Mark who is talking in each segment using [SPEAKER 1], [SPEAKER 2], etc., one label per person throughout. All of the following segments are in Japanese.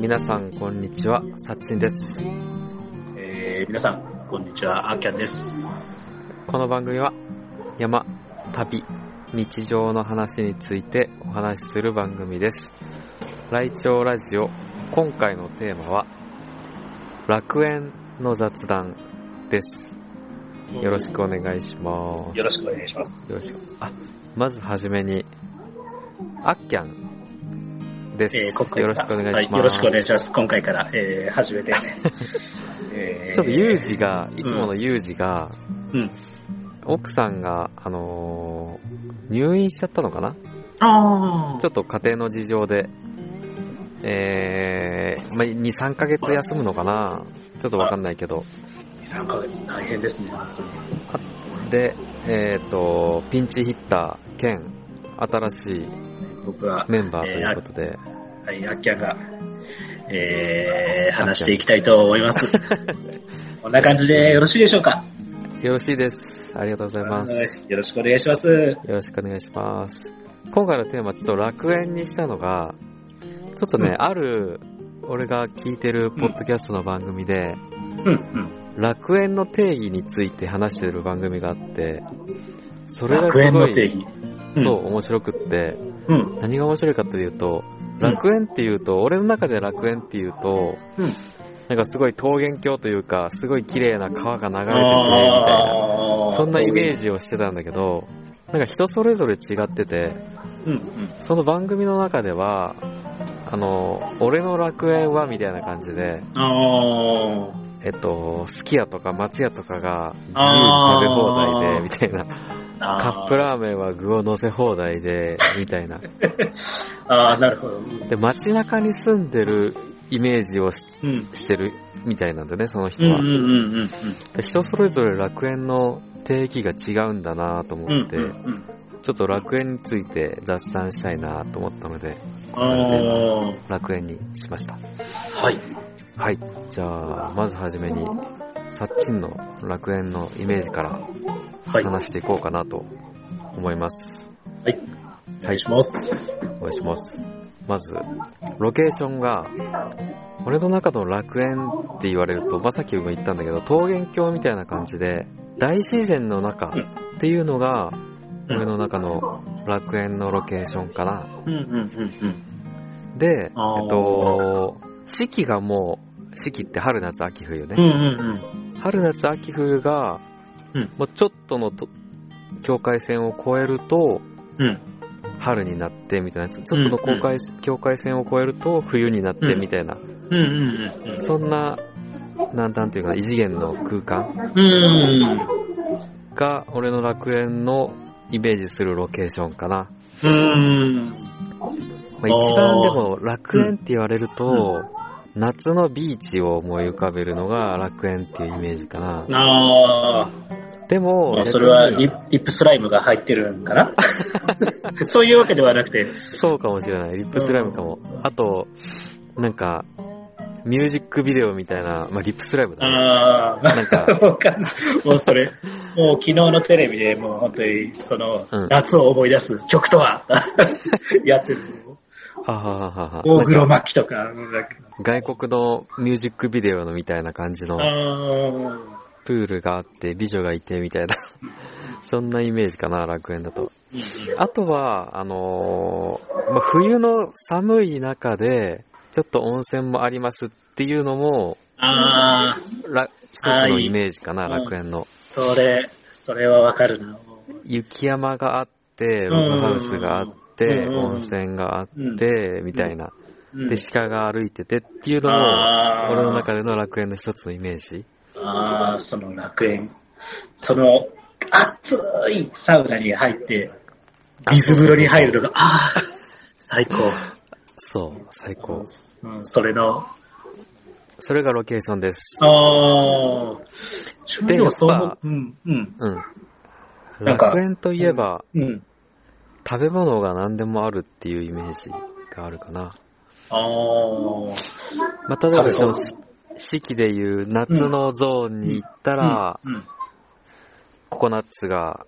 [SPEAKER 1] 皆さん、こんにちは。さっちんです。
[SPEAKER 2] えー、皆さん、こんにちは、あーきゃんです。
[SPEAKER 1] この番組は、山、旅、日常の話についてお話しする番組です。来庁ラジオ、今回のテーマは、楽園の雑談です。よろしくお願いします。
[SPEAKER 2] よろしくお願いしま
[SPEAKER 1] よろ
[SPEAKER 2] す。
[SPEAKER 1] しく。あ、まずはじめに、あっきゃんです。
[SPEAKER 2] えー今回から
[SPEAKER 1] よろしくお願いします。
[SPEAKER 2] はよろしくお願いします。今回から、えー、始めてね。 えー
[SPEAKER 1] ちょっとユージが、いつものユージが、
[SPEAKER 2] うん。
[SPEAKER 1] 奥さんが、あのー入院しちゃったのかな
[SPEAKER 2] ああ。
[SPEAKER 1] ちょっと家庭の事情で、えー、まあ、2、3ヶ月休むのかなちょっとわかんないけど。
[SPEAKER 2] 2、3ヶ月大変ですね、本当に。
[SPEAKER 1] で、えっ、と、ピンチヒッター兼、新しい
[SPEAKER 2] 僕は、
[SPEAKER 1] メンバーということで、
[SPEAKER 2] はい、あっきゃんが、えー、話していきたいと思います。こんな感じでよろしいでしょうか
[SPEAKER 1] よろしいです。ありがとうございます。
[SPEAKER 2] よろしくお願いします。
[SPEAKER 1] よろしくお願いします。今回のテーマ、ちょっと楽園にしたのが、ちょっとね、
[SPEAKER 2] うん
[SPEAKER 1] ある、俺が聞いてるポッドキャストの番組で、
[SPEAKER 2] うん、うん。
[SPEAKER 1] 楽園の定義について話してる番組があって、それが
[SPEAKER 2] 楽
[SPEAKER 1] す
[SPEAKER 2] 園
[SPEAKER 1] ご
[SPEAKER 2] の
[SPEAKER 1] い、
[SPEAKER 2] 定義。
[SPEAKER 1] そう、面白くって、
[SPEAKER 2] うん。うん。
[SPEAKER 1] 何が面白いかっていうと、
[SPEAKER 2] うん
[SPEAKER 1] 楽園っていうと、俺の中で楽園っていうと、
[SPEAKER 2] うん
[SPEAKER 1] なんかすごい桃源郷というか、すごい綺麗な川が流れてて、みたいな。
[SPEAKER 2] あー
[SPEAKER 1] そんなイメージをしてたんだけど、なんか人それぞれ違ってて、
[SPEAKER 2] うん、うん。
[SPEAKER 1] その番組の中では、あの、俺の楽園はみたいな感じで、
[SPEAKER 2] ああ。
[SPEAKER 1] えっと、すき家とか松屋とかが自由に食
[SPEAKER 2] あ
[SPEAKER 1] べ
[SPEAKER 2] ー
[SPEAKER 1] 放題で、みたいな。カ
[SPEAKER 2] あ
[SPEAKER 1] ッ
[SPEAKER 2] ー
[SPEAKER 1] プラーメンは具を乗せ放題で、みたいな。
[SPEAKER 2] ああ、なるほど。うん
[SPEAKER 1] で、街中に住んでるイメージをし
[SPEAKER 2] うん。
[SPEAKER 1] してるみたいなんだね、その人
[SPEAKER 2] うん
[SPEAKER 1] は。
[SPEAKER 2] うんうんうん
[SPEAKER 1] で人それぞれ楽園の定義が違うんだなと思
[SPEAKER 2] うん。
[SPEAKER 1] って、
[SPEAKER 2] うんうんうん。
[SPEAKER 1] ちょっと楽園について雑談したいなと思ったので、
[SPEAKER 2] あー
[SPEAKER 1] 楽園にしました。
[SPEAKER 2] はい。
[SPEAKER 1] はい。じゃあ、まずはじめに、さっちんの楽園のイメージから
[SPEAKER 2] はい。
[SPEAKER 1] 話していこうかなと思います。
[SPEAKER 2] はい。お願いします。
[SPEAKER 1] お願いします。まず、ロケーションが、俺の中の楽園って言われると、まあ、さっきも言ったんだけど、桃源郷みたいな感じで、大自然の中っていうのが、
[SPEAKER 2] うん
[SPEAKER 1] 俺の中の楽園のロケーションかな。
[SPEAKER 2] うんうんうんうん。
[SPEAKER 1] で、えっ
[SPEAKER 2] あー
[SPEAKER 1] と、四季がもう、四季って春夏秋冬
[SPEAKER 2] うん
[SPEAKER 1] ね。
[SPEAKER 2] うん
[SPEAKER 1] 春夏秋冬が、
[SPEAKER 2] うん
[SPEAKER 1] もうちょっとのと境界線を越えると、
[SPEAKER 2] うん。うん。
[SPEAKER 1] 春になってみたいな、ちょちょっとの境界,、境界線を越えると冬になってみたいな、
[SPEAKER 2] うんうんうん。
[SPEAKER 1] そんな、なんなんていうかな、異次元の空間
[SPEAKER 2] うん。
[SPEAKER 1] が俺の楽園のイメージするロケーションかな。
[SPEAKER 2] うん。
[SPEAKER 1] まあ、一番でも楽園って言われると、夏のビーチを思い浮かべるのが楽園っていうイメージかな。
[SPEAKER 2] あ
[SPEAKER 1] でも、
[SPEAKER 2] あ。それは
[SPEAKER 1] 逆
[SPEAKER 2] リ
[SPEAKER 1] に
[SPEAKER 2] ッリップスライムが入ってるんかなそういうわけではなくて。
[SPEAKER 1] そうかもしれない。リップスライムかも。あと、なんか、ミュージックビデオみたいな、まあ、リップスライムだね。
[SPEAKER 2] ああ。
[SPEAKER 1] なん か、
[SPEAKER 2] わかんないもうそれ、もう昨日のテレビでもう本当にその
[SPEAKER 1] うん、
[SPEAKER 2] 夏を思い出す曲とは、 やってる。
[SPEAKER 1] ははははは。
[SPEAKER 2] 大
[SPEAKER 1] な
[SPEAKER 2] 黒
[SPEAKER 1] んか
[SPEAKER 2] 摩季とか、なんか
[SPEAKER 1] 外国のミュージックビデオのみたいな感じの
[SPEAKER 2] あー
[SPEAKER 1] プールがあって美女がいてみたいな。 そんなイメージかな、楽園だと。
[SPEAKER 2] うんうん
[SPEAKER 1] あとは、あのーまあ、冬の寒い中で、ちょっと温泉もありますっていうのも、
[SPEAKER 2] あー、
[SPEAKER 1] ら一つのイメージかな、
[SPEAKER 2] はい
[SPEAKER 1] 楽園の。
[SPEAKER 2] それ、それはわかるな。
[SPEAKER 1] 雪山があって、ログハウスがあって、
[SPEAKER 2] うん
[SPEAKER 1] 温泉があって、みたいな。
[SPEAKER 2] うん
[SPEAKER 1] で、鹿が歩いててっていうのも、
[SPEAKER 2] あー
[SPEAKER 1] 俺の中での楽園の一つのイメージ。
[SPEAKER 2] あーその楽園。その、熱いサウナに入って、水風呂に入るのが、あー、最高。
[SPEAKER 1] そう、最高。
[SPEAKER 2] うん、それの
[SPEAKER 1] それがロケーションです。
[SPEAKER 2] ああ。自分でもそう
[SPEAKER 1] やっ
[SPEAKER 2] 思
[SPEAKER 1] ぱ
[SPEAKER 2] う。うん、うん、
[SPEAKER 1] うん。
[SPEAKER 2] なんか
[SPEAKER 1] 楽園といえば、
[SPEAKER 2] うん。
[SPEAKER 1] 食べ物が何でもあるっていうイメージがあるかな。
[SPEAKER 2] ああ。
[SPEAKER 1] まあ、例えばその
[SPEAKER 2] 食べ、
[SPEAKER 1] 四季でいう夏のゾーンに行ったら、
[SPEAKER 2] うん。
[SPEAKER 1] ココナッツが、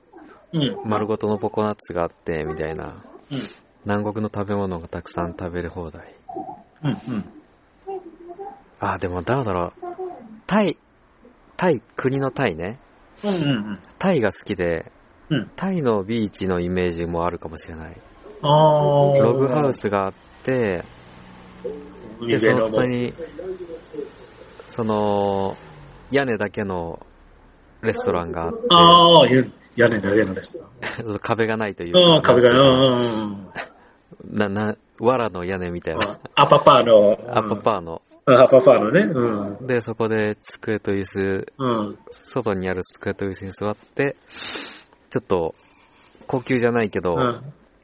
[SPEAKER 2] うん。
[SPEAKER 1] 丸ごとのココナッツがあって、みたいな。
[SPEAKER 2] うん。
[SPEAKER 1] 南国の食べ物がたくさん食べる放題。
[SPEAKER 2] うん。うん。
[SPEAKER 1] あ、でも、だらだら、タイ、タイ、国のタイね。
[SPEAKER 2] うん。うん。
[SPEAKER 1] タイが好きで、
[SPEAKER 2] うん。
[SPEAKER 1] タイのビーチのイメージもあるかもしれない。
[SPEAKER 2] あー。
[SPEAKER 1] ログハウ。スがあって、
[SPEAKER 2] 海
[SPEAKER 1] で、
[SPEAKER 2] 辺
[SPEAKER 1] そ
[SPEAKER 2] の
[SPEAKER 1] の
[SPEAKER 2] も
[SPEAKER 1] 下。に、その、屋根だけのレストランがあって、
[SPEAKER 2] ああ、ゆ屋根だけのです。
[SPEAKER 1] その壁がないというか
[SPEAKER 2] うん、壁が、う
[SPEAKER 1] なん
[SPEAKER 2] んうんうん。
[SPEAKER 1] な、な、藁の屋根みたいな、
[SPEAKER 2] アパパーの、うん
[SPEAKER 1] アッパパーの。
[SPEAKER 2] うんアパパーのね、うん。
[SPEAKER 1] で、そこで机と椅子、
[SPEAKER 2] うん。
[SPEAKER 1] 外にある机と椅子に座って、ちょっと、高級じゃないけど、
[SPEAKER 2] う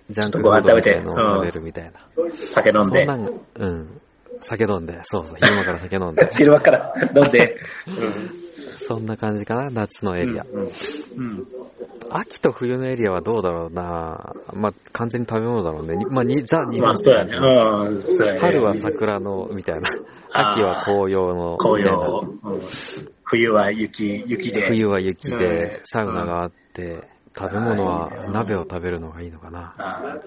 [SPEAKER 1] ジャンク
[SPEAKER 2] ちょっと
[SPEAKER 1] フ
[SPEAKER 2] ご
[SPEAKER 1] ー
[SPEAKER 2] 飯
[SPEAKER 1] ド
[SPEAKER 2] 食べ
[SPEAKER 1] みた
[SPEAKER 2] て
[SPEAKER 1] いのを食べるみたいな。
[SPEAKER 2] ん。酒飲
[SPEAKER 1] そ
[SPEAKER 2] ん
[SPEAKER 1] ん
[SPEAKER 2] で、
[SPEAKER 1] な。ん、うん。酒飲んで、そうそう、昼間から酒飲んで
[SPEAKER 2] 昼間から飲 んで。うん。
[SPEAKER 1] そんな感じかな、夏のエリア。
[SPEAKER 2] うん。うん。
[SPEAKER 1] 秋と冬のエリアはどうだろうなまあ、完全に食べ物だろうね。にまあ、にザ・日
[SPEAKER 2] ま
[SPEAKER 1] 本
[SPEAKER 2] あ、
[SPEAKER 1] っ
[SPEAKER 2] そ
[SPEAKER 1] て
[SPEAKER 2] うや
[SPEAKER 1] 感じ
[SPEAKER 2] ね。うん、そうやね。
[SPEAKER 1] 春は桜の、みたいな。
[SPEAKER 2] あー
[SPEAKER 1] 秋は紅葉の、
[SPEAKER 2] 紅
[SPEAKER 1] みたい
[SPEAKER 2] 葉、うん冬は雪、雪
[SPEAKER 1] な。
[SPEAKER 2] で。
[SPEAKER 1] 冬は雪
[SPEAKER 2] う
[SPEAKER 1] で
[SPEAKER 2] ん、
[SPEAKER 1] サウナがあって、食べ物
[SPEAKER 2] あーいい
[SPEAKER 1] は
[SPEAKER 2] ね
[SPEAKER 1] 鍋を食べるのがいいのかな。
[SPEAKER 2] ああ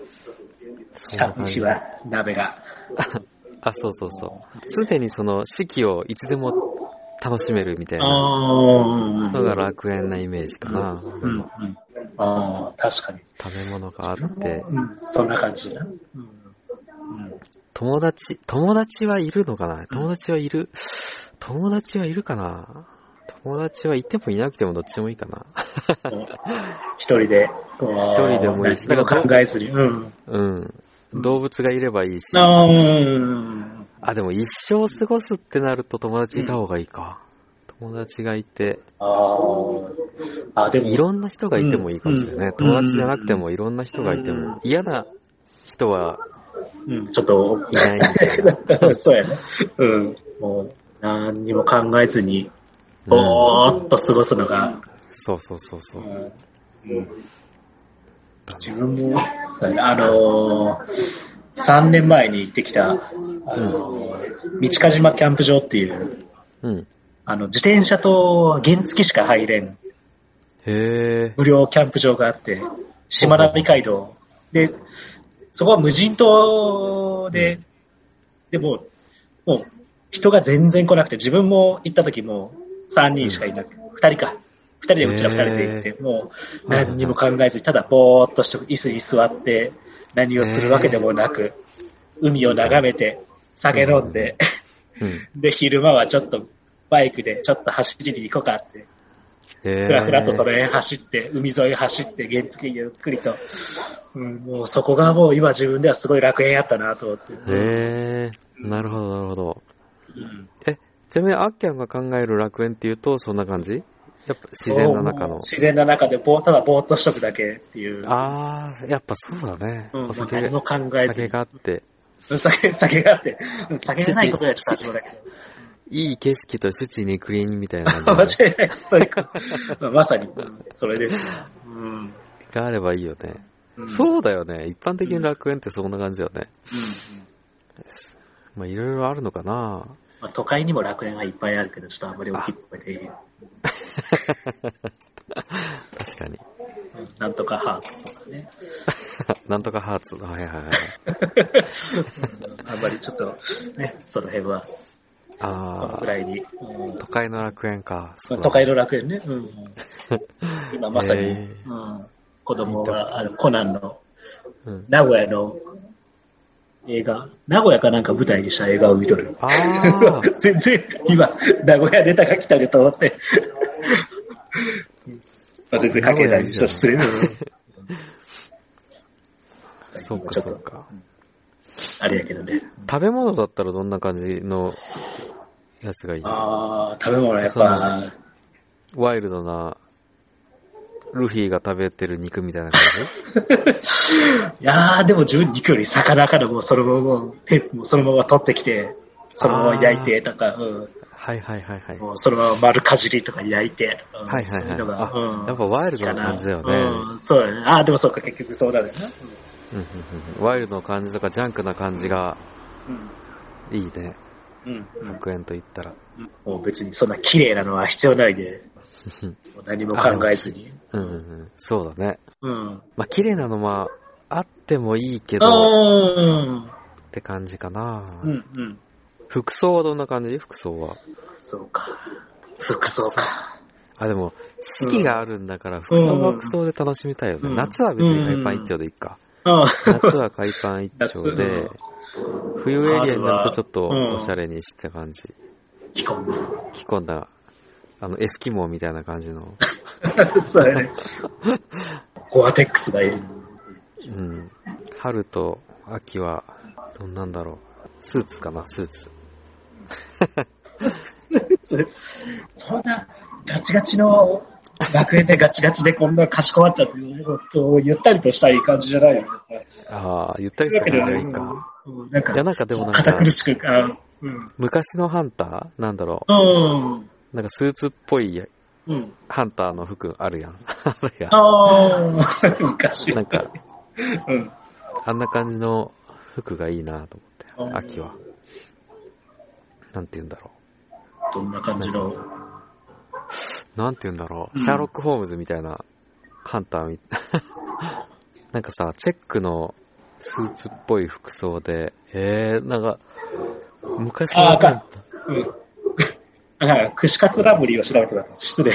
[SPEAKER 1] そんな感
[SPEAKER 2] 寒い
[SPEAKER 1] じ
[SPEAKER 2] 日は鍋が。
[SPEAKER 1] あ、そうそうそう。すでにその四季をいつでも楽しめるみたいな
[SPEAKER 2] あ
[SPEAKER 1] のが楽園なイメージかな。
[SPEAKER 2] うんうんああ、確かに。
[SPEAKER 1] 食べ物があって、
[SPEAKER 2] うんそんな感じな。うんうん
[SPEAKER 1] 友達、友達はいるのかな友達はいる、友達はいるかな友達はいてもいなくてもどっちでもいいかな
[SPEAKER 2] 一人で。一
[SPEAKER 1] 一人でもいいし
[SPEAKER 2] 何も考えずに。うん。
[SPEAKER 1] うん。動物がいればいいし。
[SPEAKER 2] ああ、うん。
[SPEAKER 1] あ、でも一生過ごすってなると友達いた方がいいか。友達がいて、
[SPEAKER 2] ああ。あ、でも、
[SPEAKER 1] いろんな人がいてもいいかもしれないね。
[SPEAKER 2] うん
[SPEAKER 1] 友達じゃなくてもいろんな人がいても、嫌な人は
[SPEAKER 2] うんちょっと
[SPEAKER 1] い、ないみたいな。
[SPEAKER 2] そうやね。うん。もう、何にも考えずに、
[SPEAKER 1] うん
[SPEAKER 2] ぼーっと過ごすのが、
[SPEAKER 1] そうそうそうそう。
[SPEAKER 2] うん自分も、そうやねあのー、3年前に行ってきた、あのー、道鹿島キャンプ場っていう、
[SPEAKER 1] うん。
[SPEAKER 2] あの、自転車と原付しか入れん
[SPEAKER 1] へえ。
[SPEAKER 2] 無料キャンプ場があって、しまなみ海道。で、そこは無人島で、でも、もう人が全然来なくて、自分も行った時も3人しかいなくて、2人か。2人でうちら2人で行って、もう何にも考えずに、ただぼーっとして椅子に座って、何をするわけでもなく、海を眺めて、酒飲んで、
[SPEAKER 1] うん。
[SPEAKER 2] で、昼間はちょっとバイクでちょっと走りに行こうかって
[SPEAKER 1] へえ。
[SPEAKER 2] ふらふらとその辺走って、海沿い走って、原付ゆっくりと、うん、もうそこがもう今自分ではすごい楽園やったなと思って。
[SPEAKER 1] へえ。なるほど、なるほど。
[SPEAKER 2] うん
[SPEAKER 1] ちなみに、あっきゃんが考える楽園っていうと、そんな感じやっぱ自然の中
[SPEAKER 2] もう
[SPEAKER 1] の。
[SPEAKER 2] 自然な中でぼー、ただぼーっとしとくだけっていう。
[SPEAKER 1] あー、やっぱそうだね。
[SPEAKER 2] うん、
[SPEAKER 1] お
[SPEAKER 2] もう
[SPEAKER 1] 酒
[SPEAKER 2] 何
[SPEAKER 1] が
[SPEAKER 2] も考えず
[SPEAKER 1] 酒
[SPEAKER 2] に。
[SPEAKER 1] があって、
[SPEAKER 2] 酒、酒があって、うん酒がないことにはちょっと始まらないけ
[SPEAKER 1] いい景色とシチにクリーンみたいな
[SPEAKER 2] ど。
[SPEAKER 1] の
[SPEAKER 2] 間違いない。そういうこと。まさに、うんそれですね。うん。
[SPEAKER 1] があればいいよね。
[SPEAKER 2] うん
[SPEAKER 1] そうだよね。一般的に楽園ってそんな感じよね。
[SPEAKER 2] うんうん
[SPEAKER 1] まあ、いろいろあるのかな
[SPEAKER 2] まあ都会にも楽園がいっぱいあるけど、ちょっとあんまり大きく声でいい。
[SPEAKER 1] 確かに。
[SPEAKER 2] うんなんとかハーツとかね。
[SPEAKER 1] なんとかハーツ。はいはいはい。
[SPEAKER 2] あんまりちょっと、ね、その辺は、この
[SPEAKER 1] あ
[SPEAKER 2] く
[SPEAKER 1] ー、
[SPEAKER 2] らいに。うん
[SPEAKER 1] 都会の楽園か。そうだ
[SPEAKER 2] 都会の楽園ね。 うん、今まさに、
[SPEAKER 1] へー
[SPEAKER 2] うん、子供が、あの、コナンの、
[SPEAKER 1] うん。
[SPEAKER 2] 名古屋の映画、名古屋かなんか舞台にした映画を見とる。
[SPEAKER 1] あー、
[SPEAKER 2] 全然、今、名古屋ネタが来たでと思 って。まあ全然書けないでしょ、失礼。
[SPEAKER 1] そうかそうか。
[SPEAKER 2] あれやけどね。
[SPEAKER 1] 食べ物だったらどんな感じのやつがいい
[SPEAKER 2] ああ、食べ物はやっぱ、
[SPEAKER 1] ワイルドな、ルフィが食べてる肉みたいな感
[SPEAKER 2] いやー、でも自分肉より魚からもうそのままもう、ペもうそのまま取ってきて、そのまま焼いて、とか、う
[SPEAKER 1] じ はいはいはいはい
[SPEAKER 2] ん。。もうそのまま丸かじりとか焼いて、とかうん
[SPEAKER 1] はいはいはい
[SPEAKER 2] そういうのが、
[SPEAKER 1] あ
[SPEAKER 2] うん。
[SPEAKER 1] やっぱワイルドな感じだよね
[SPEAKER 2] 好きかなうん、そうだね。あー、でもそうか、結局そうだよね。
[SPEAKER 1] うんうんうんワイルドの感じとかジャンクな感じが
[SPEAKER 2] うん。
[SPEAKER 1] いいね。
[SPEAKER 2] うん、うん
[SPEAKER 1] 白煙と言ったら。
[SPEAKER 2] もう別にそんな綺麗なのは必要ないで、もう何も考えずに。
[SPEAKER 1] うんうんうん。そうだね。
[SPEAKER 2] うん。
[SPEAKER 1] まあ、綺麗なのは、あってもいいけど、っ
[SPEAKER 2] あ
[SPEAKER 1] て感じかな
[SPEAKER 2] ーう。んうん。
[SPEAKER 1] 服装はどんな感じ服装は。
[SPEAKER 2] そうか。服装か。
[SPEAKER 1] あ、でも、四季があるんだから、服装は服装で楽しみたいよね。
[SPEAKER 2] うん
[SPEAKER 1] 夏は別に海パン一丁でいいか。
[SPEAKER 2] ああ、
[SPEAKER 1] 夏は海パン一丁
[SPEAKER 2] 夏
[SPEAKER 1] で
[SPEAKER 2] は、
[SPEAKER 1] 冬エリアになるとちょっとおしゃれにした感じ。
[SPEAKER 2] 着込む。
[SPEAKER 1] 着込んだ、あの、エスキモーみたいな感じの。
[SPEAKER 2] そ うやね。ゴアテックスがいる。
[SPEAKER 1] うん。春と秋は、どんなんだろう。スーツかな、スーツ。
[SPEAKER 2] そんなガチガチの学園でガチガチでこんなかしこまっちゃって、とゆったりとしたい感じじゃないよね。
[SPEAKER 1] ああ、ゆった
[SPEAKER 2] と
[SPEAKER 1] りした感じがいいか。。
[SPEAKER 2] うんなんか
[SPEAKER 1] いや、、なんかでもなん
[SPEAKER 2] 堅
[SPEAKER 1] か
[SPEAKER 2] 苦、しく、あうん。
[SPEAKER 1] 昔のハンターなんだろ
[SPEAKER 2] うん。
[SPEAKER 1] う。なんかスーツっぽい
[SPEAKER 2] うん。
[SPEAKER 1] ハンターの服あるやん。 あるやん。
[SPEAKER 2] ああ、昔は
[SPEAKER 1] なんか、
[SPEAKER 2] うん。
[SPEAKER 1] あんな感じの服がいいなと思って、
[SPEAKER 2] あー
[SPEAKER 1] 秋は。なんて言うんだろ
[SPEAKER 2] どんな感じの。
[SPEAKER 1] う。なんて言うんだろう。
[SPEAKER 2] うん
[SPEAKER 1] シャーロック・ホームズみたいな、ハンターみ、 なんかさ、チェックのスーツっぽい服装で、えー、なんか、昔の
[SPEAKER 2] あーかうん。あはい串カツラブリーを調べてた。失礼。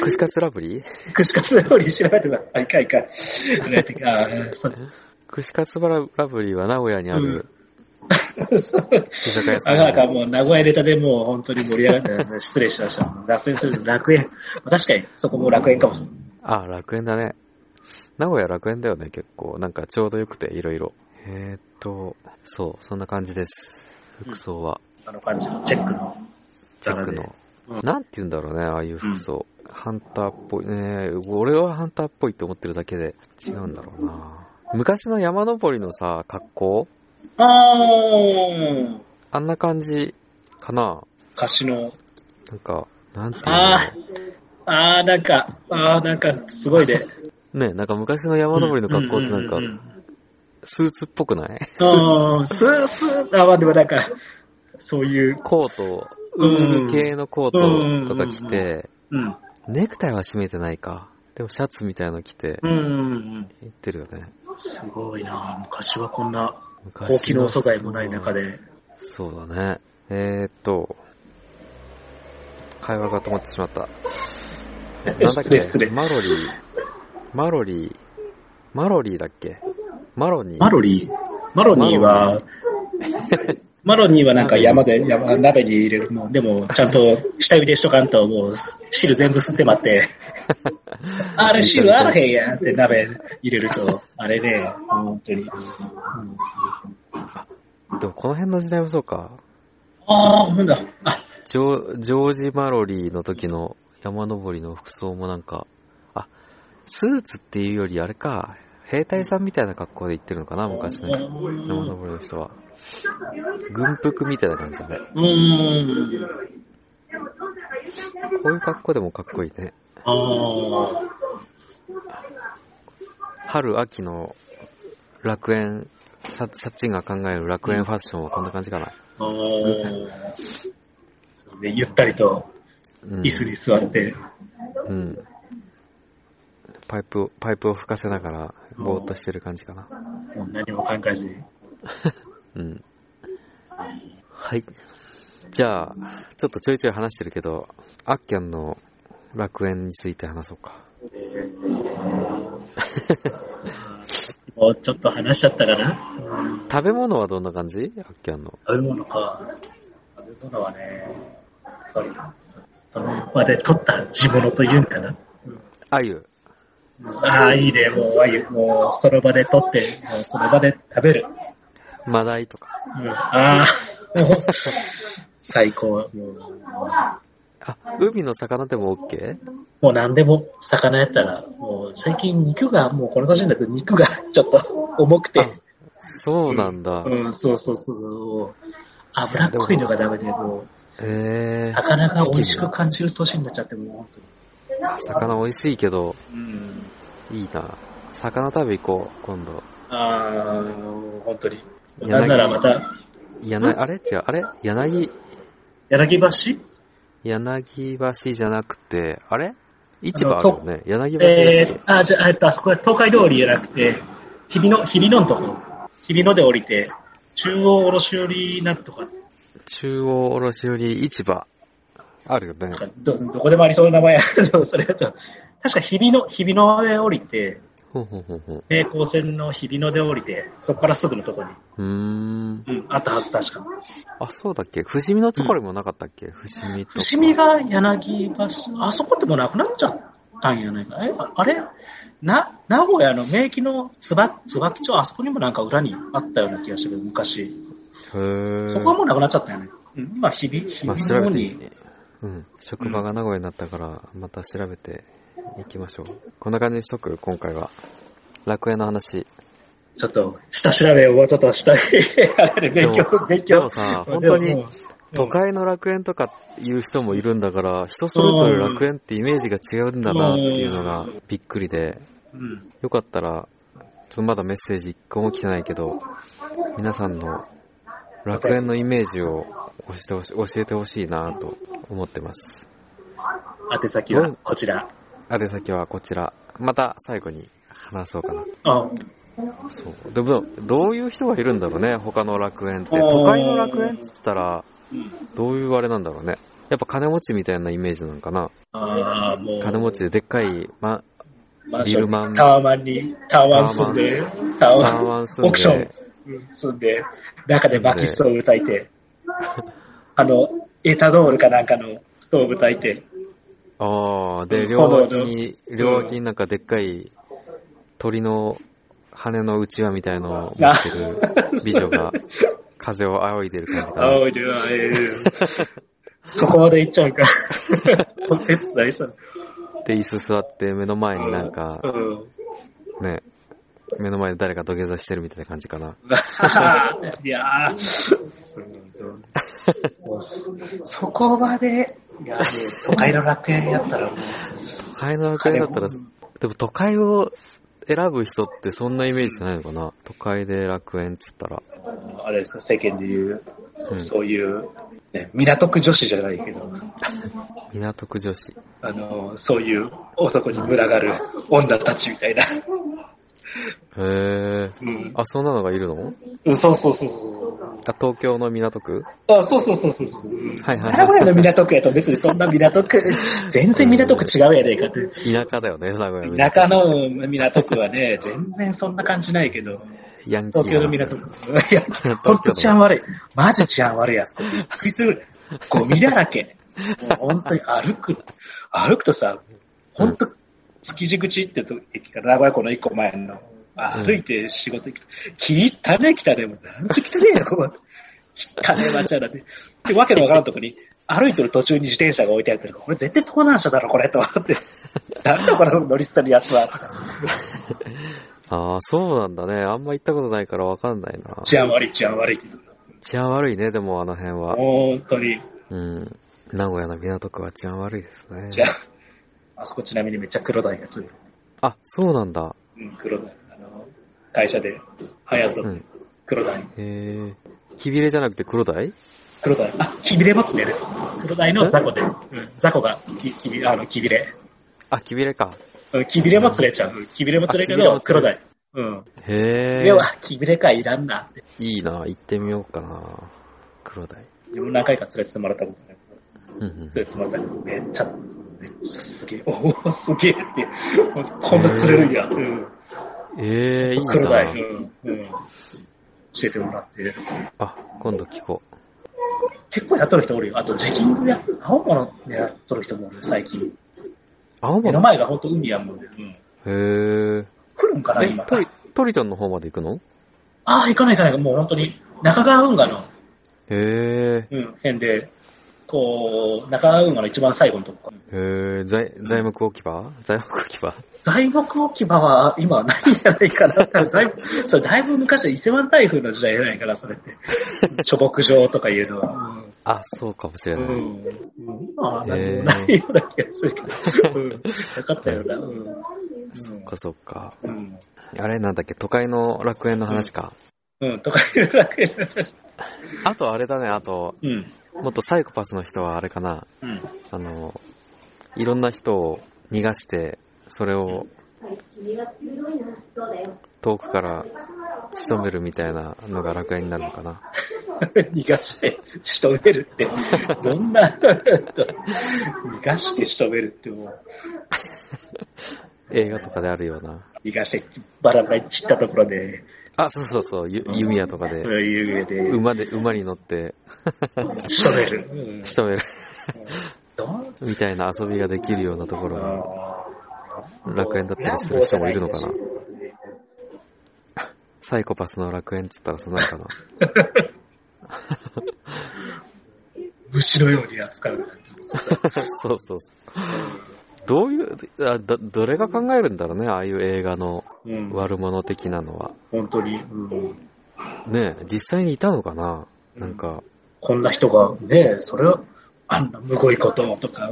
[SPEAKER 1] 串カツラブリー
[SPEAKER 2] 串カツラブリー調べてた。あ、いかんいかん。ねてか、そう
[SPEAKER 1] 串カツラブリーは名古屋にある
[SPEAKER 2] そう
[SPEAKER 1] 居酒屋さ
[SPEAKER 2] あ
[SPEAKER 1] ん。
[SPEAKER 2] なんかもう名古屋ネタでもう本当に盛り上がって、 失礼しました。脱線するの楽園。確かに、そこも楽園かもしれない。
[SPEAKER 1] あ、楽園だね。名古屋楽園だよね、結構。なんかちょうどよくて、いろいろ。えー、っと、そう、そんな感じです。服装は、
[SPEAKER 2] あの感じの、チェックの。
[SPEAKER 1] チェックの。
[SPEAKER 2] うん
[SPEAKER 1] なんて言うんだろうね、ああいう服装。ハンターっぽいね。俺はハンターっぽいって思ってるだけで違うんだろうな。昔の山登りのさ、格好
[SPEAKER 2] あー、
[SPEAKER 1] あんな感じかな。
[SPEAKER 2] 歌詞の。
[SPEAKER 1] なんか、なんていうんだ
[SPEAKER 2] あ
[SPEAKER 1] ろう。
[SPEAKER 2] ー、あーなんか、あーなんかすごいね。
[SPEAKER 1] ねなんか昔の山登りの格好ってなんか
[SPEAKER 2] う、ん
[SPEAKER 1] スーツっぽくない
[SPEAKER 2] うんうん、スースー、あ、まあでもなんか、そういう、
[SPEAKER 1] コート、ウ
[SPEAKER 2] うん
[SPEAKER 1] ール系のコートとか着て、
[SPEAKER 2] うん、
[SPEAKER 1] ネクタイは締めてないか。でもシャツみたいの着て
[SPEAKER 2] うん、うん、
[SPEAKER 1] 行ってるよね。
[SPEAKER 2] すごいな昔はこんな
[SPEAKER 1] 昔
[SPEAKER 2] 高機能素材もない中。で。
[SPEAKER 1] そうだね。えー、っと、会話が止まってし まった。なんだっ
[SPEAKER 2] 失
[SPEAKER 1] け
[SPEAKER 2] 礼失礼
[SPEAKER 1] マロリー、マロリー、マロリーだっけマロニー。
[SPEAKER 2] マロリーマロニーは、マロニーはなんか山で、山、鍋に入れるもん。でも、ちゃんと下茹でしとかんと、もう、汁全部吸って待 って。あれ汁あらへんやんって鍋入れると、あれね、本当に。うん
[SPEAKER 1] でもこの辺の時代もそうか。
[SPEAKER 2] ああ、なんだ。あ、
[SPEAKER 1] ジョージョージ・マロリーの時の山登りの服装もなんか、あ、スーツっていうよりあれか、兵隊さんみたいな格好で行ってるのかな、昔の山
[SPEAKER 2] う
[SPEAKER 1] 登りの人は。軍服みたいな感じだね。
[SPEAKER 2] ーん。
[SPEAKER 1] こういう格好でもかっこいいね。
[SPEAKER 2] ああ。
[SPEAKER 1] 春、秋の楽園、ササチンが考える楽園ファッションはこんな感じかな。
[SPEAKER 2] あーそうねゆったりと
[SPEAKER 1] うん。
[SPEAKER 2] 椅子に座って、
[SPEAKER 1] うん。パイプを、パイプを吹かせながら、ぼーっとしてる感じかな。
[SPEAKER 2] もう何も考えずに。
[SPEAKER 1] うん。はい。じゃあ、ちょっとちょいちょい話してるけど、あっきゃんの楽園について話そうか。
[SPEAKER 2] もうちょっと話しちゃったかな。
[SPEAKER 1] 食べ物はどんな感じあっきゃんの。
[SPEAKER 2] 食べ物か。食べ物はね、やっぱりその場で取った地物というんかな。
[SPEAKER 1] あゆ。
[SPEAKER 2] ああ、いいね、もう、あゆ、もう、その場で取って、もうその場で食べる。
[SPEAKER 1] マダイとか。
[SPEAKER 2] うん、ああ、もう 最高。もう、
[SPEAKER 1] あ、海の魚でも OK?
[SPEAKER 2] もう何でも、魚やったら、もう最近肉が、もうこの年になると肉がちょっと重くて。
[SPEAKER 1] そうなんだ。
[SPEAKER 2] うん、そうそうそうそう。脂っこいのがダメで、もう、
[SPEAKER 1] えー、
[SPEAKER 2] 魚が美味しく感じる年になっちゃって、もう本当に。
[SPEAKER 1] 魚美味しいけど、
[SPEAKER 2] うん。
[SPEAKER 1] いいな。魚食べ行こう、今度。
[SPEAKER 2] あー、本当に。
[SPEAKER 1] 柳
[SPEAKER 2] なんならまた、
[SPEAKER 1] 柳、あれ違う、あれ柳、
[SPEAKER 2] 柳橋
[SPEAKER 1] 柳橋じゃなくて、あれ市
[SPEAKER 2] あ
[SPEAKER 1] 場
[SPEAKER 2] の
[SPEAKER 1] あるよね。柳橋だっけ
[SPEAKER 2] えー、あ、じゃあ、えっと、あそこは東海通りじゃなくて、日比野、日比野のところ。日比野で降りて、中央卸売なんとか、
[SPEAKER 1] 中央卸売市場。あるよね。
[SPEAKER 2] なんかど、どこでもありそうな名前や けど、それだと、確か日比野、日比野で降りて、
[SPEAKER 1] ほうほうほうほう。
[SPEAKER 2] 平行線の日比野で降りて、そこからすぐのところに、
[SPEAKER 1] うーん。
[SPEAKER 2] うん、あったはず、確か。
[SPEAKER 1] あ、そうだっけ伏見のところにもなかったっけ、伏見と。
[SPEAKER 2] 伏見が柳橋、あそこってもうなくなっちゃったんやないか。え、ああれな、名古屋の名機のつば、つばき町、あそこにもなんか裏にあったような気がしたけど、昔。
[SPEAKER 1] へー
[SPEAKER 2] そこはもうなくなっちゃったよね。うん、今、日々、日
[SPEAKER 1] まあ
[SPEAKER 2] 々
[SPEAKER 1] 調
[SPEAKER 2] の方
[SPEAKER 1] べていい
[SPEAKER 2] に。
[SPEAKER 1] ね。うん。職場が名古屋になったから、また調べていきましょう。こんな感じにしとく今回は。楽園の話。
[SPEAKER 2] ちょっと、下調べをもうちょっとしたい。あれね勉
[SPEAKER 1] で
[SPEAKER 2] 強、勉
[SPEAKER 1] でも
[SPEAKER 2] 強。
[SPEAKER 1] さ、本当
[SPEAKER 2] でも
[SPEAKER 1] に
[SPEAKER 2] もう、
[SPEAKER 1] 都
[SPEAKER 2] うん
[SPEAKER 1] 会の楽園とかいう人もいるんだから、人それぞれ楽園ってイメージが違うんだなっていうのがびっくりで、
[SPEAKER 2] うん。
[SPEAKER 1] よかったら、ちょっとまだメッセージ一個も来てないけど、皆さんの楽園のイメージを教えてほし教えてほしいなと思ってます。
[SPEAKER 2] 宛先はこちら。
[SPEAKER 1] あれ先はこちら。また最後に話そうかな。
[SPEAKER 2] あ、
[SPEAKER 1] そう。でも、どういう人がいるんだろうね、他の楽園って。都会の楽園って言ったら、どういうあれなんだろうね。やっぱ金持ちみたいなイメージなのかな。
[SPEAKER 2] あーもう。
[SPEAKER 1] 金持ちででっかい、ま、
[SPEAKER 2] マンション
[SPEAKER 1] ビルマン
[SPEAKER 2] タワマンに、タワマン住んで、タ
[SPEAKER 1] タ
[SPEAKER 2] ワ
[SPEAKER 1] ワ
[SPEAKER 2] マン、
[SPEAKER 1] マン
[SPEAKER 2] オ
[SPEAKER 1] 住ん
[SPEAKER 2] ークショ
[SPEAKER 1] で
[SPEAKER 2] ン、うん住んで、中で薪ストーブ炊い て、あの、エタノールかなんかのストーブ炊いて、
[SPEAKER 1] ああ、で、
[SPEAKER 2] うん
[SPEAKER 1] 両脇に、
[SPEAKER 2] ん
[SPEAKER 1] 両脇になんかでっかい鳥の羽のうちわみたいのを持ってる美女 が風を仰いでる感じかな。
[SPEAKER 2] 青いでは、えーそこまで行っちゃう か。お手伝いさん。
[SPEAKER 1] で、椅子座って目の前になんか
[SPEAKER 2] う、ん。
[SPEAKER 1] ね、目の前で誰か土下座してるみたいな感じかな。
[SPEAKER 2] いやー もうそそこまで、いやーもう都会の楽園やったらもう、
[SPEAKER 1] 都会の楽園だったら、でも都会を選ぶ人ってそんなイメージじゃないのかな。都会で楽園って言ったら。
[SPEAKER 2] あれですか、世間で言う、
[SPEAKER 1] うん
[SPEAKER 2] そういう、ね、港区女子じゃないけど、
[SPEAKER 1] 港区女子。
[SPEAKER 2] あの、そういう男に群がる女たちみたいな。
[SPEAKER 1] へえ。
[SPEAKER 2] うん。
[SPEAKER 1] あ、そんなのがいるの
[SPEAKER 2] うんそうそうそうそう。
[SPEAKER 1] あ、東京の港区
[SPEAKER 2] あ、そうそうそうそうそう。うん
[SPEAKER 1] はいはいはい
[SPEAKER 2] 名古屋の港区やと別にそんな港区、全然港区違うやねえかって。
[SPEAKER 1] 田舎だよね、名古屋の
[SPEAKER 2] 田舎の港区はね、全然そんな感じないけど、
[SPEAKER 1] ヤンキー
[SPEAKER 2] 東京の港区。いや、ほんと治安悪い。マジ治安悪いやつ。びっくりする。ゴミだらけ。もう本当に歩く、歩くとさ、本当、築地口ってと駅から名古屋港の一個前の、
[SPEAKER 1] うん
[SPEAKER 2] 歩いて仕事行くと、汚ね汚ね、もうなんちゅう汚ねえよ、ここ。汚ねえ街やなって。で、わけのわからんとこに、歩いてる途中に自転車が置いてあるから、これ絶対盗難車だろ、これ、と思って。なんだこの乗り捨てるやつは、とか。
[SPEAKER 1] ああ、そうなんだね。あんま行ったことないからわかんないな。
[SPEAKER 2] 治安悪い、治安悪いって言って
[SPEAKER 1] 治安悪いね、でもあの辺は。
[SPEAKER 2] 本当に。
[SPEAKER 1] うん。名古屋の港区は治安悪いですね。
[SPEAKER 2] じゃあ、あそこちなみにめっちゃ黒鯛が釣れる。
[SPEAKER 1] あ、そうなんだ。
[SPEAKER 2] うん、黒鯛。あの、会社で、ハヤト
[SPEAKER 1] うん、
[SPEAKER 2] 黒鯛。
[SPEAKER 1] へえ。ひびれじゃなくて黒鯛
[SPEAKER 2] 黒鯛。あ、きびれも釣れる。黒鯛のザコで。うん、ザコがき、きび、あの、きびれ。
[SPEAKER 1] あ、ひびれか。
[SPEAKER 2] うんきびれも釣れちゃう。きびれも釣れるけ
[SPEAKER 1] あ
[SPEAKER 2] ど、
[SPEAKER 1] きびれ
[SPEAKER 2] 黒
[SPEAKER 1] も釣れる
[SPEAKER 2] 鯛。うん。
[SPEAKER 1] へえ
[SPEAKER 2] で。は、きびれかいらんなって。
[SPEAKER 1] いいな、行ってみようかな。黒鯛。
[SPEAKER 2] 自分何回か連れてってもらったことない。
[SPEAKER 1] うんうん。
[SPEAKER 2] 連れてってもらったけど、めっちゃ、めっちゃすげえ。 おお、すげえって。こんな釣れるんや。うん。
[SPEAKER 1] ええいい
[SPEAKER 2] 黒鯛。
[SPEAKER 1] な。
[SPEAKER 2] うん。うん。教えてもらって。
[SPEAKER 1] あ、今度聞こう。
[SPEAKER 2] 結構やっとる人おるよ。あと、ジギングや、青物狙っとる人もおる、最近。
[SPEAKER 1] 青
[SPEAKER 2] 目の
[SPEAKER 1] 森
[SPEAKER 2] 前が本当海やもんで。うん。
[SPEAKER 1] へえ。
[SPEAKER 2] 来るんかな、
[SPEAKER 1] え
[SPEAKER 2] 今、。
[SPEAKER 1] トリ、トリトンの方まで行くの
[SPEAKER 2] ああ、行かない行かない。もう本当に、中川運河の、
[SPEAKER 1] へえ。
[SPEAKER 2] うん、辺で、こう、中川運河の一番最後のとこ。
[SPEAKER 1] へえ、材、材木置き場材木置き場
[SPEAKER 2] 材木置き場は、今はないんじゃないかな。 材木それだいぶ昔は伊勢湾台風の時代じゃないから、それ って。貯木場とかいうのは。
[SPEAKER 1] あ、そうかもしれ
[SPEAKER 2] う
[SPEAKER 1] ない。
[SPEAKER 2] ん。うん。まあ、何もないような気がするけど。うん。なかったよな。うん。
[SPEAKER 1] そっかそっか。
[SPEAKER 2] うん。
[SPEAKER 1] あれなんだっけ、都会の楽園の話か。
[SPEAKER 2] ううん、とか言うだけで。
[SPEAKER 1] あとあれだね、あと、
[SPEAKER 2] うん。
[SPEAKER 1] もっとサイコパスの人はあれかな、
[SPEAKER 2] うん。
[SPEAKER 1] あの、いろんな人を逃がして、それを遠くから仕留めるみたいなのが楽園になるのかな。
[SPEAKER 2] 逃がして仕留めるって、どんな、逃がして仕留めるってもう、
[SPEAKER 1] 映画とかであるような。
[SPEAKER 2] 逃がしてバラバラに散ったところで、
[SPEAKER 1] あ、そうそうそう、ゆ弓矢とかで、
[SPEAKER 2] 湯上で
[SPEAKER 1] 馬で、馬に乗って
[SPEAKER 2] 仕留める。うん
[SPEAKER 1] 仕留める
[SPEAKER 2] どん
[SPEAKER 1] みたいな遊びができるようなところが楽園だったりする人もいるのかな。サイコパスの楽園っつったらそんなのかな。
[SPEAKER 2] 虫のように扱う。
[SPEAKER 1] そうそうそう。どういう、あど、どれが考えるんだろうね、ああいう映画の
[SPEAKER 2] うん、
[SPEAKER 1] 悪者的なのは。
[SPEAKER 2] 本当に、うん、
[SPEAKER 1] ねえ実際にいたのかななんか、
[SPEAKER 2] こんな人が、ねそれは、あんなむごいことをとか、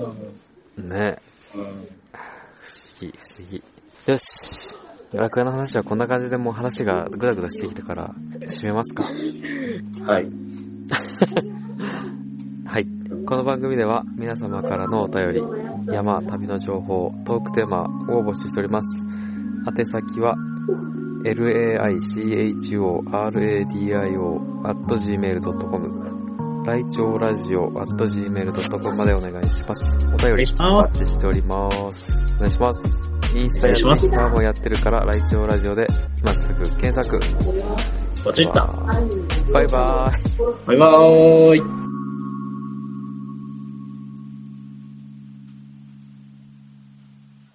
[SPEAKER 2] うん
[SPEAKER 1] ねえ
[SPEAKER 2] うん
[SPEAKER 1] 不思議、不思議。よし。楽屋の話はこんな感じでもう話がぐだぐだしてきたから、締めますか。
[SPEAKER 2] はい。
[SPEAKER 1] はい。この番組では皆様からのお便り、山、旅の情報、トークテーマを募集しております。宛先は、laichoradio.gmail.com、来庁ラジオ .gmail.com までお願いします。お便
[SPEAKER 2] お願
[SPEAKER 1] り
[SPEAKER 2] いします。
[SPEAKER 1] しております。お願いします。インスタや
[SPEAKER 2] お願
[SPEAKER 1] ツ
[SPEAKER 2] い
[SPEAKER 1] イ
[SPEAKER 2] します
[SPEAKER 1] ッターもやってるから、来庁ラジオで今すぐ検索。
[SPEAKER 2] ポチッと。
[SPEAKER 1] バイバーイ。
[SPEAKER 2] バイバーイ。